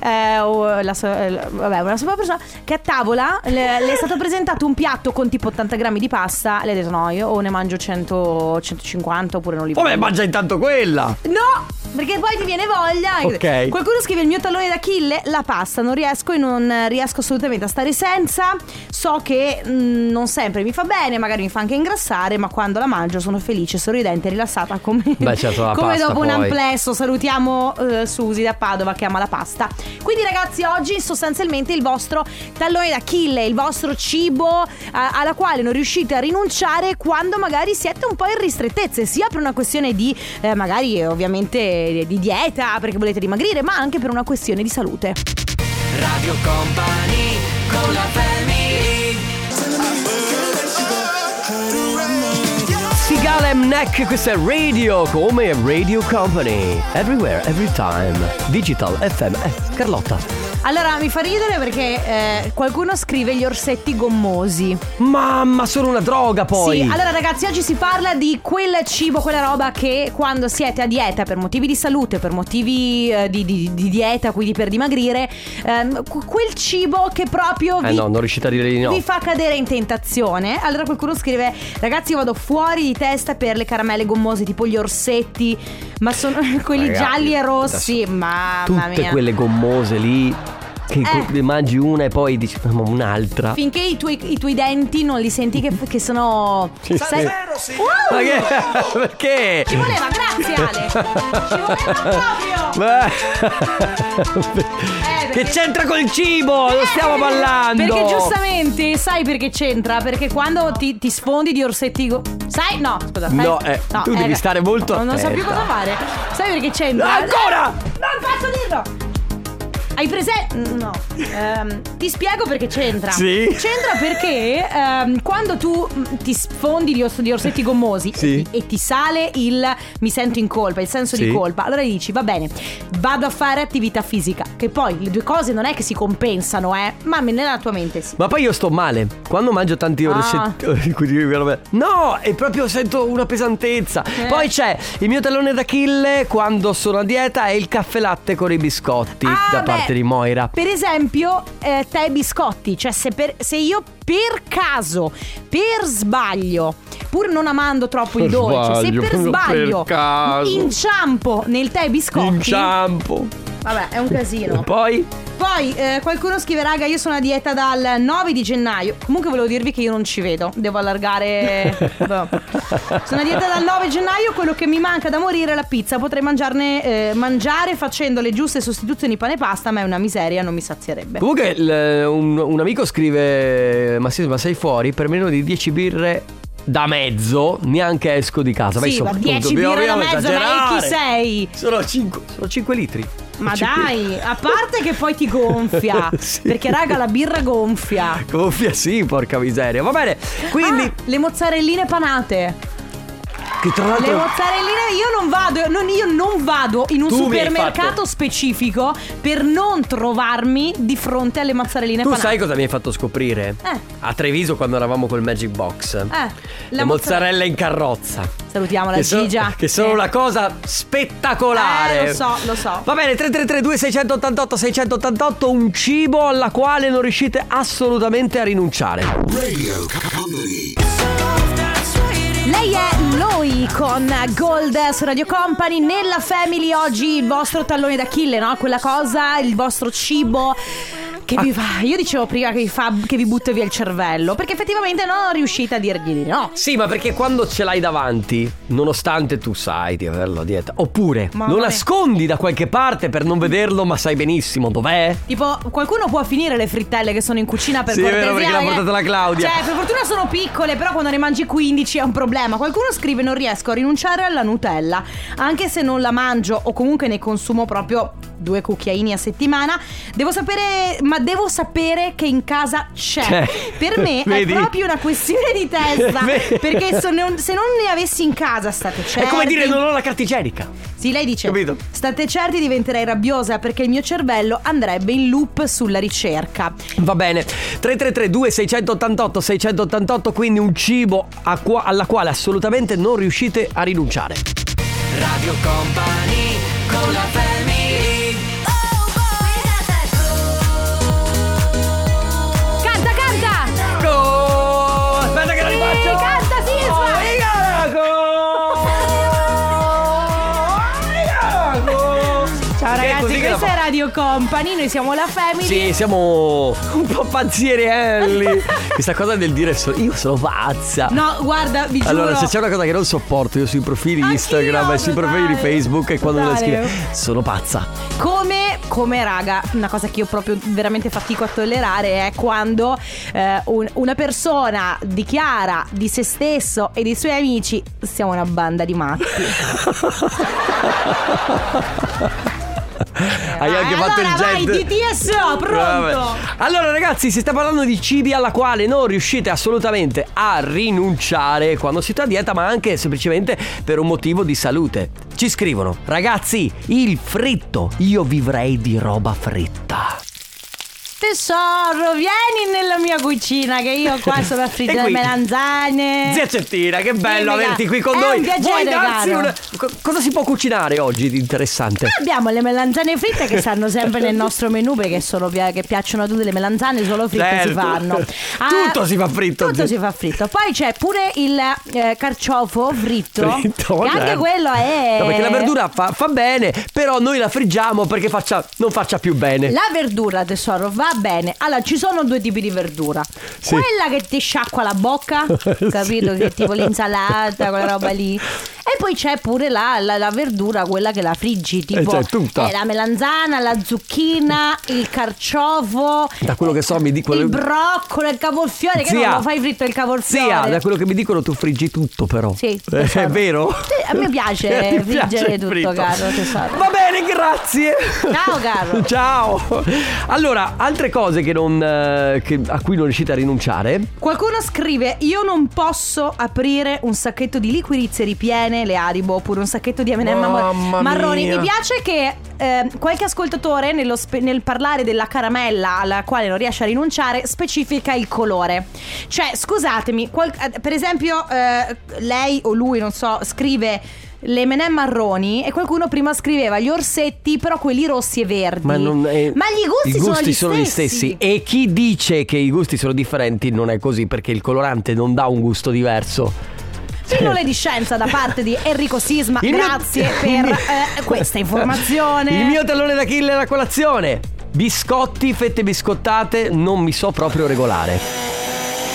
[SPEAKER 1] eh, o la so- eh, la- vabbè una sola persona, che a tavola le, le è stato presentato un piatto con tipo 80 grammi di pasta, lei ha detto no, io o ne mangio 100, 150 oppure non li
[SPEAKER 2] Vabbè,
[SPEAKER 1] mangio.
[SPEAKER 2] mangia intanto quella.
[SPEAKER 1] No! Perché poi ti viene voglia.
[SPEAKER 2] Ok.
[SPEAKER 1] Qualcuno scrive il mio tallone d'Achille, la pasta, non riesco e non riesco assolutamente a stare senza. So che mm, non sempre mi fa bene, magari mi fa anche ingrassare, ma quando la mangio sono felice, sorridente, rilassata come,
[SPEAKER 2] Beh, certo, la
[SPEAKER 1] come
[SPEAKER 2] pasta
[SPEAKER 1] dopo un
[SPEAKER 2] poi.
[SPEAKER 1] amplesso. Salutiamo eh, Susi da Padova che ama la pasta. Quindi ragazzi, oggi sostanzialmente il vostro tallone d'Achille, il vostro cibo eh, alla quale non riuscite a rinunciare quando magari siete un po' in ristrettezze, sia per una questione di eh, magari eh, ovviamente eh, di dieta perché volete dimagrire, ma anche per una questione di salute.
[SPEAKER 3] Radio Company con la family
[SPEAKER 2] Sigala Neck, questa è Radio, come Radio Company. Everywhere, every time. Digital FM. Eh, Carlotta.
[SPEAKER 1] Allora mi fa ridere perché eh, qualcuno scrive gli orsetti gommosi.
[SPEAKER 2] Mamma, sono una droga poi.
[SPEAKER 1] Sì, allora ragazzi, oggi si parla di quel cibo, quella roba che quando siete a dieta per motivi di salute, per motivi eh, di, di- di dieta, quindi per dimagrire, ehm, qu- quel cibo che proprio
[SPEAKER 2] Eh
[SPEAKER 1] vi,
[SPEAKER 2] no, non riuscite a dire di no.
[SPEAKER 1] vi fa cadere in tentazione. Allora qualcuno scrive, ragazzi, io vado fuori di testa per le caramelle gommose, tipo gli orsetti, ma sono quelli
[SPEAKER 2] Ragazzi,
[SPEAKER 1] gialli e rossi.
[SPEAKER 2] adesso
[SPEAKER 1] Mamma
[SPEAKER 2] Tutte
[SPEAKER 1] mia.
[SPEAKER 2] quelle gommose lì. Che
[SPEAKER 1] Eh.
[SPEAKER 2] ne mangi una e poi dici, ma un'altra.
[SPEAKER 1] Finché i tuoi, i tuoi denti non li senti che, che sono... sai- Wow!
[SPEAKER 2] Ma che? Perché?
[SPEAKER 1] Ci voleva, grazie Ale. Ci voleva proprio. Eh,
[SPEAKER 2] Beh.
[SPEAKER 1] perché- Eh,
[SPEAKER 2] Che c'entra col cibo? Lo stiamo ballando.
[SPEAKER 1] Perché giustamente, sai perché c'entra? Perché quando ti, ti sfondi di orsetti go- Sai? No, scusa. sai-
[SPEAKER 2] No, eh, tu devi stare molto
[SPEAKER 1] Non so più
[SPEAKER 2] attenta.
[SPEAKER 1] cosa fare. Sai perché c'entra?
[SPEAKER 2] Ancora!
[SPEAKER 1] Eh, Non posso dirlo! Hai presente? No. Ehm, ti spiego perché c'entra.
[SPEAKER 2] Sì.
[SPEAKER 1] C'entra perché ehm, quando tu mm, ti sfondi di, os- di orsetti gommosi
[SPEAKER 2] Sì.
[SPEAKER 1] e, e ti sale il mi sento in colpa, il senso
[SPEAKER 2] Sì.
[SPEAKER 1] di colpa, allora dici va bene, vado a fare attività fisica, che poi le due cose non è che si compensano, eh, ma me- nella tua mente sì.
[SPEAKER 2] Ma poi io sto male. Quando mangio tanti
[SPEAKER 1] Ah.
[SPEAKER 2] orsetti. No, è proprio sento una pesantezza.
[SPEAKER 1] Eh.
[SPEAKER 2] Poi c'è il mio tallone d'Achille quando sono a dieta e il caffè latte con i biscotti
[SPEAKER 1] Ah,
[SPEAKER 2] da
[SPEAKER 1] beh,
[SPEAKER 2] parte di Moira.
[SPEAKER 1] Per esempio, eh, te e biscotti, cioè se, per- se io per caso, per sbaglio, pur non amando troppo il
[SPEAKER 2] Per
[SPEAKER 1] dolce,
[SPEAKER 2] sbaglio,
[SPEAKER 1] se per
[SPEAKER 2] proprio per
[SPEAKER 1] sbaglio
[SPEAKER 2] caso.
[SPEAKER 1] inciampo nel tè e biscotti,
[SPEAKER 2] Inciampo.
[SPEAKER 1] vabbè, è un casino.
[SPEAKER 2] Poi
[SPEAKER 1] Poi eh, qualcuno scrive, raga, io sono a dieta dal 9 di gennaio. Comunque volevo dirvi che io non ci vedo, devo allargare... Boh. sono a dieta dal 9 gennaio, quello che mi manca da morire è la pizza. Potrei mangiarne, eh, mangiare facendo le giuste sostituzioni pane e pasta, ma è una miseria, non mi sazierebbe.
[SPEAKER 2] Comunque il- un, un amico scrive Ma sì, ma sei fuori per meno di 10 birre da mezzo Neanche esco di casa Ma
[SPEAKER 1] Sì,
[SPEAKER 2] insomma,
[SPEAKER 1] ma
[SPEAKER 2] non
[SPEAKER 1] 10
[SPEAKER 2] dobbiamo-
[SPEAKER 1] birre da
[SPEAKER 2] dobbiamo
[SPEAKER 1] mezzo, ma
[SPEAKER 2] esagerare.
[SPEAKER 1] chi sei?
[SPEAKER 2] Sono 5, sono 5 litri
[SPEAKER 1] Ma
[SPEAKER 2] Cinque-
[SPEAKER 1] dai, a parte che poi ti gonfia.
[SPEAKER 2] Sì.
[SPEAKER 1] Perché, raga, la birra gonfia.
[SPEAKER 2] Gonfia sì, porca miseria Va bene, quindi
[SPEAKER 1] Ah, le mozzarelline panate.
[SPEAKER 2] Che tra l'altro
[SPEAKER 1] Le mozzarelline io non vado, non- io non vado in un
[SPEAKER 2] Tu mi hai
[SPEAKER 1] supermercato
[SPEAKER 2] fatto-
[SPEAKER 1] specifico per non trovarmi di fronte alle mozzarelline
[SPEAKER 2] Tu
[SPEAKER 1] panate.
[SPEAKER 2] sai cosa mi hai fatto scoprire?
[SPEAKER 1] Eh.
[SPEAKER 2] A Treviso quando eravamo col Magic Box
[SPEAKER 1] la
[SPEAKER 2] Le
[SPEAKER 1] mozzarella-
[SPEAKER 2] mozzarella in carrozza
[SPEAKER 1] Salutiamo la
[SPEAKER 2] che sono-
[SPEAKER 1] Gigia.
[SPEAKER 2] che sono
[SPEAKER 1] Eh.
[SPEAKER 2] una cosa spettacolare.
[SPEAKER 1] Eh, lo so, lo so.
[SPEAKER 2] Va bene, 3332 688 688 un cibo alla quale non riuscite assolutamente a rinunciare.
[SPEAKER 8] Radio Company.
[SPEAKER 1] Lei è Loi con Gold su Radio Company nella Family oggi il vostro tallone d'Achille, no? Quella cosa, il vostro cibo che
[SPEAKER 2] Ah.
[SPEAKER 1] vi fa. Io dicevo prima che vi, fa, che vi butta via il cervello, perché effettivamente non riuscite a dirgli di no.
[SPEAKER 2] Sì, ma perché quando ce l'hai davanti, nonostante tu sai di averlo a dieta, oppure
[SPEAKER 1] Ma
[SPEAKER 2] lo
[SPEAKER 1] vabbè.
[SPEAKER 2] nascondi da qualche parte per non vederlo, ma sai benissimo dov'è?
[SPEAKER 1] Tipo, qualcuno può finire le frittelle che sono in cucina per
[SPEAKER 2] Sì, è
[SPEAKER 1] cortesia?
[SPEAKER 2] vero, perché l'ha portata la Claudia.
[SPEAKER 1] Cioè, per fortuna sono piccole, però quando ne mangi 15 è un problema. Qualcuno scrive: Non riesco a rinunciare alla Nutella, anche se non la mangio o comunque ne consumo proprio due cucchiaini a settimana. Devo sapere, ma devo sapere che in casa c'è.
[SPEAKER 2] C'è.
[SPEAKER 1] Per me
[SPEAKER 2] Vedi?
[SPEAKER 1] è proprio una questione di testa.
[SPEAKER 2] Vedi?
[SPEAKER 1] perché se non, se non ne avessi in casa, state certi.
[SPEAKER 2] È come dire non ho la carta igienica.
[SPEAKER 1] Sì, lei dice:
[SPEAKER 2] Capito?
[SPEAKER 1] State certi diventerei rabbiosa perché il mio cervello andrebbe in loop sulla ricerca.
[SPEAKER 2] Va bene, 3332 688 688, quindi un cibo a qua- alla quale assolutamente non riuscite a rinunciare.
[SPEAKER 3] Radio Company con la family
[SPEAKER 1] Canta, canta!
[SPEAKER 2] Go! Aspetta che la rifaccio!
[SPEAKER 1] canta, esatto.
[SPEAKER 2] eh.
[SPEAKER 1] Sisma!
[SPEAKER 2] Oh, raga, go!
[SPEAKER 1] Radio Company, noi siamo la family.
[SPEAKER 2] Sì, siamo un po' pazzierelli. Questa cosa del dire so- io sono pazza.
[SPEAKER 1] No, guarda, vi
[SPEAKER 2] Allora,
[SPEAKER 1] giuro.
[SPEAKER 2] se c'è una cosa che non sopporto io sui profili
[SPEAKER 1] Anch'io, oh.
[SPEAKER 2] Instagram e sui profili di
[SPEAKER 1] totale,
[SPEAKER 2] Facebook è quando uno
[SPEAKER 1] totale.
[SPEAKER 2] scrive sono pazza.
[SPEAKER 1] Come, come raga, una cosa che io proprio veramente fatico a tollerare è quando eh, un- una persona dichiara di se stesso e dei suoi amici siamo una banda di matti.
[SPEAKER 2] Hai anche
[SPEAKER 1] Eh,
[SPEAKER 2] fatto il
[SPEAKER 1] allora vai,
[SPEAKER 2] jet.
[SPEAKER 1] DTSO, pronto?
[SPEAKER 2] Vabbè. Allora ragazzi, si sta parlando di cibi alla quale non riuscite assolutamente a rinunciare quando siete a dieta, ma anche semplicemente per un motivo di salute. Ci scrivono: "Ragazzi, il fritto, io vivrei di roba fritta".
[SPEAKER 1] Tesoro, vieni nella mia cucina che io qua sono a friggere
[SPEAKER 2] qui-
[SPEAKER 1] le melanzane.
[SPEAKER 2] Zia Cettina, che bello
[SPEAKER 1] Dimmi,
[SPEAKER 2] averti
[SPEAKER 1] cara.
[SPEAKER 2] qui con
[SPEAKER 1] È
[SPEAKER 2] noi.
[SPEAKER 1] un piacere,
[SPEAKER 2] Vuoi darsi
[SPEAKER 1] caro.
[SPEAKER 2] una- co- cosa si può cucinare oggi di interessante?
[SPEAKER 1] Abbiamo le melanzane fritte che stanno sempre nel nostro menù perché sono pi- che piacciono a tutte le melanzane, solo fritte si
[SPEAKER 2] Certo.
[SPEAKER 1] fanno. Ah,
[SPEAKER 2] Tutto si fa fritto.
[SPEAKER 1] Tutto si fa fritto. Poi c'è pure il eh, carciofo fritto.
[SPEAKER 2] Fritto,
[SPEAKER 1] che anche
[SPEAKER 2] certo.
[SPEAKER 1] quello è
[SPEAKER 2] No, perché la verdura fa, fa bene, però noi la friggiamo perché faccia- non faccia più bene.
[SPEAKER 1] La verdura, tesoro, va bene. Allora, ci sono due tipi di verdura. Quella che ti sciacqua la bocca, capito? Che è tipo l'insalata, quella roba lì. E poi c'è pure la, la- la verdura, quella che la friggi, tipo
[SPEAKER 2] c'è cioè, tutta.
[SPEAKER 1] eh, la melanzana, la zucchina, il carciofo,
[SPEAKER 2] Da quello che so mi dicono.
[SPEAKER 1] il broccolo, il cavolfiore. Che non lo fai fritto il cavolfiore?
[SPEAKER 2] Zia, da quello che mi dicono tu friggi tutto però.
[SPEAKER 1] Sì,
[SPEAKER 2] Eh,
[SPEAKER 1] tesoro.
[SPEAKER 2] È vero?
[SPEAKER 1] Sì, a me piace
[SPEAKER 2] Ti piace
[SPEAKER 1] friggere
[SPEAKER 2] il
[SPEAKER 1] tutto,
[SPEAKER 2] fritto.
[SPEAKER 1] caro tesoro.
[SPEAKER 2] Va bene, grazie.
[SPEAKER 1] Ciao, caro.
[SPEAKER 2] Ciao. Allora, altre cose che non, eh, che- a cui non riuscite a rinunciare.
[SPEAKER 1] Qualcuno scrive: Io non posso aprire un sacchetto di liquirizze ripiene, le Aribo, oppure un sacchetto di MM mar-
[SPEAKER 2] Mamma
[SPEAKER 1] marroni.
[SPEAKER 2] mia.
[SPEAKER 1] Mi piace che eh, qualche ascoltatore, nello spe- nel parlare della caramella alla quale non riesce a rinunciare, specifica il colore. Cioè, scusatemi, qual- eh, per esempio, eh, lei o lui, non so, scrive. Le M&M marroni e qualcuno prima scriveva gli orsetti, però quelli rossi e verdi.
[SPEAKER 2] Ma, non è-
[SPEAKER 1] Ma gli gusti,
[SPEAKER 2] I gusti
[SPEAKER 1] sono, gli,
[SPEAKER 2] stessi. E chi dice che i gusti sono differenti non è così perché il colorante non dà un gusto diverso.
[SPEAKER 1] Pillole di scienza da parte di Enrico Sisma.
[SPEAKER 2] Il mio-
[SPEAKER 1] Grazie
[SPEAKER 2] il
[SPEAKER 1] per
[SPEAKER 2] mio-
[SPEAKER 1] eh, questa informazione.
[SPEAKER 2] Il mio tallone d'Achille è la colazione. Biscotti, fette biscottate, non mi so proprio regolare.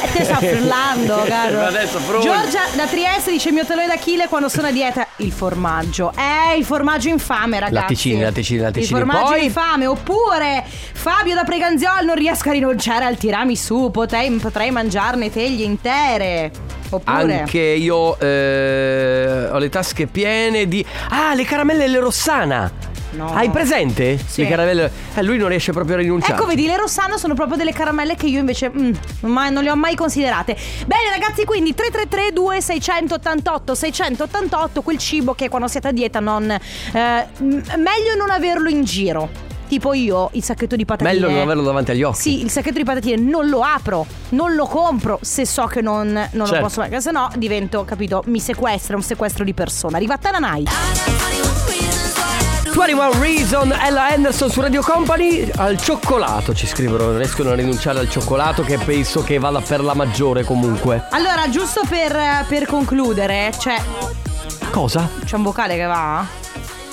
[SPEAKER 1] Eh, Te sta frullando, caro.
[SPEAKER 2] Ma adesso frulli.
[SPEAKER 1] Giorgia da Trieste dice: Il mio tallone d'Achille quando sono a dieta. Il formaggio. Eh, il formaggio infame, ragazzi.
[SPEAKER 2] Latticini, latticini, latticini.
[SPEAKER 1] Il formaggio
[SPEAKER 2] Poi-
[SPEAKER 1] infame. Oppure Fabio da Preganziol non riesco a rinunciare al tiramisù. Potei- potrei mangiarne teglie intere. Oppure.
[SPEAKER 2] Anche io eh, ho le tasche piene di. Ah, le caramelle alle Rossana!
[SPEAKER 1] No.
[SPEAKER 2] Hai presente?
[SPEAKER 1] Sì.
[SPEAKER 2] Le caramelle. Eh, lui non riesce proprio a rinunciare.
[SPEAKER 1] Ecco, vedi, le Rossano sono proprio delle caramelle che io invece mm, ma non le ho mai considerate. Bene, ragazzi, quindi 333 2688 688 quel cibo che quando siete a dieta non eh, m- meglio non averlo in giro. Tipo io il sacchetto di patatine.
[SPEAKER 2] Meglio non averlo davanti agli occhi.
[SPEAKER 1] Sì, il sacchetto di patatine non lo apro, non lo compro se so che non, non lo
[SPEAKER 2] Certo.
[SPEAKER 1] posso perché se no divento, capito, mi sequestra, è un sequestro di persona. Arriva Tananai.
[SPEAKER 2] 21 Reason, Ella Anderson su Radio Company. Al cioccolato ci scrivono, non riescono a rinunciare al cioccolato che penso che vada per la maggiore comunque.
[SPEAKER 1] Allora, giusto per, per concludere, cioè
[SPEAKER 2] Cosa?
[SPEAKER 1] C'è un vocale che va?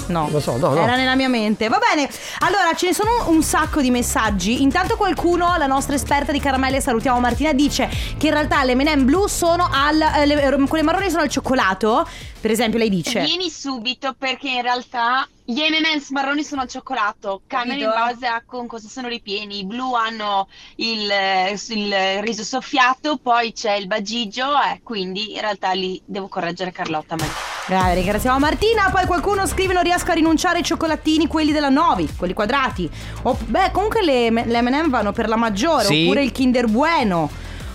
[SPEAKER 1] No.
[SPEAKER 2] Lo so, Oh, no, no.
[SPEAKER 1] Era nella mia mente. Va bene. Allora, ce ne sono un sacco di messaggi. Intanto qualcuno, la nostra esperta di caramelle, salutiamo Martina, dice che in realtà le M&M blu sono al... eh, le- quelle marroni sono al cioccolato. Per esempio, lei dice...
[SPEAKER 10] Vieni subito perché in realtà gli M&M's marroni sono al cioccolato, cambiano in
[SPEAKER 1] Capito?
[SPEAKER 10] base a con cosa sono ripieni. I blu hanno il, eh, il riso soffiato, poi c'è il bagigio, eh, quindi in realtà lì devo correggere Carlotta. Ma...
[SPEAKER 1] Grazie, "Ah, ringraziamo Martina. Poi qualcuno scrive: Non riesco a rinunciare ai cioccolatini, quelli della Novi, quelli quadrati. O- beh, comunque le, le MM vanno per la maggiore.
[SPEAKER 2] Sì.
[SPEAKER 1] Oppure il Kinder Bueno.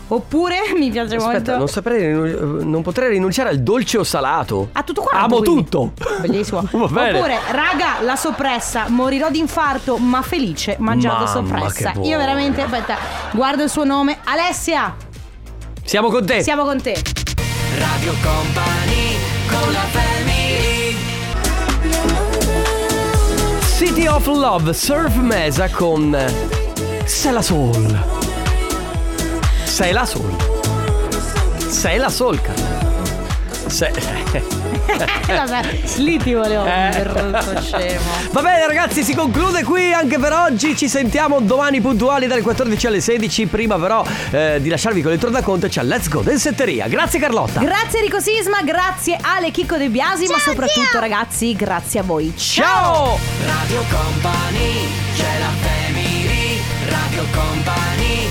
[SPEAKER 1] Oppure mi piace molto.
[SPEAKER 2] Aspetta, non saprei rinun- non potrei rinunciare al dolce o salato.
[SPEAKER 1] A tutto quanto.
[SPEAKER 2] Amo
[SPEAKER 1] quindi.
[SPEAKER 2] tutto.
[SPEAKER 1] Bellissimo.
[SPEAKER 2] Va bene.
[SPEAKER 1] Oppure, raga, la soppressa, morirò di infarto, ma felice mangiando
[SPEAKER 2] Mamma,
[SPEAKER 1] soppressa.
[SPEAKER 2] che buona.
[SPEAKER 1] Io veramente, aspetta, guardo il suo nome. Alessia,
[SPEAKER 2] Siamo con te.
[SPEAKER 1] siamo con te.
[SPEAKER 2] Eh.
[SPEAKER 3] Radio Company con la family
[SPEAKER 2] City of Love, Surf Mesa con Sei la Soul. Sei la Soul. Sei la Soul, cara. Se-
[SPEAKER 1] Vabbè, lì ti volevo
[SPEAKER 2] Eh.
[SPEAKER 1] brutto scemo.
[SPEAKER 2] Va bene ragazzi, si conclude qui anche per oggi. Ci sentiamo domani puntuali dalle 14 alle 16. Prima però eh, di lasciarvi con il tornaconto c'è Let's Go del Setteria. Grazie Carlotta.
[SPEAKER 1] Grazie Rico Sisma, grazie Ale Chicco De Biasi, ma soprattutto ragazzi, grazie a voi.
[SPEAKER 2] Ciao!
[SPEAKER 3] Radio Company, c'è la family, Radio Company,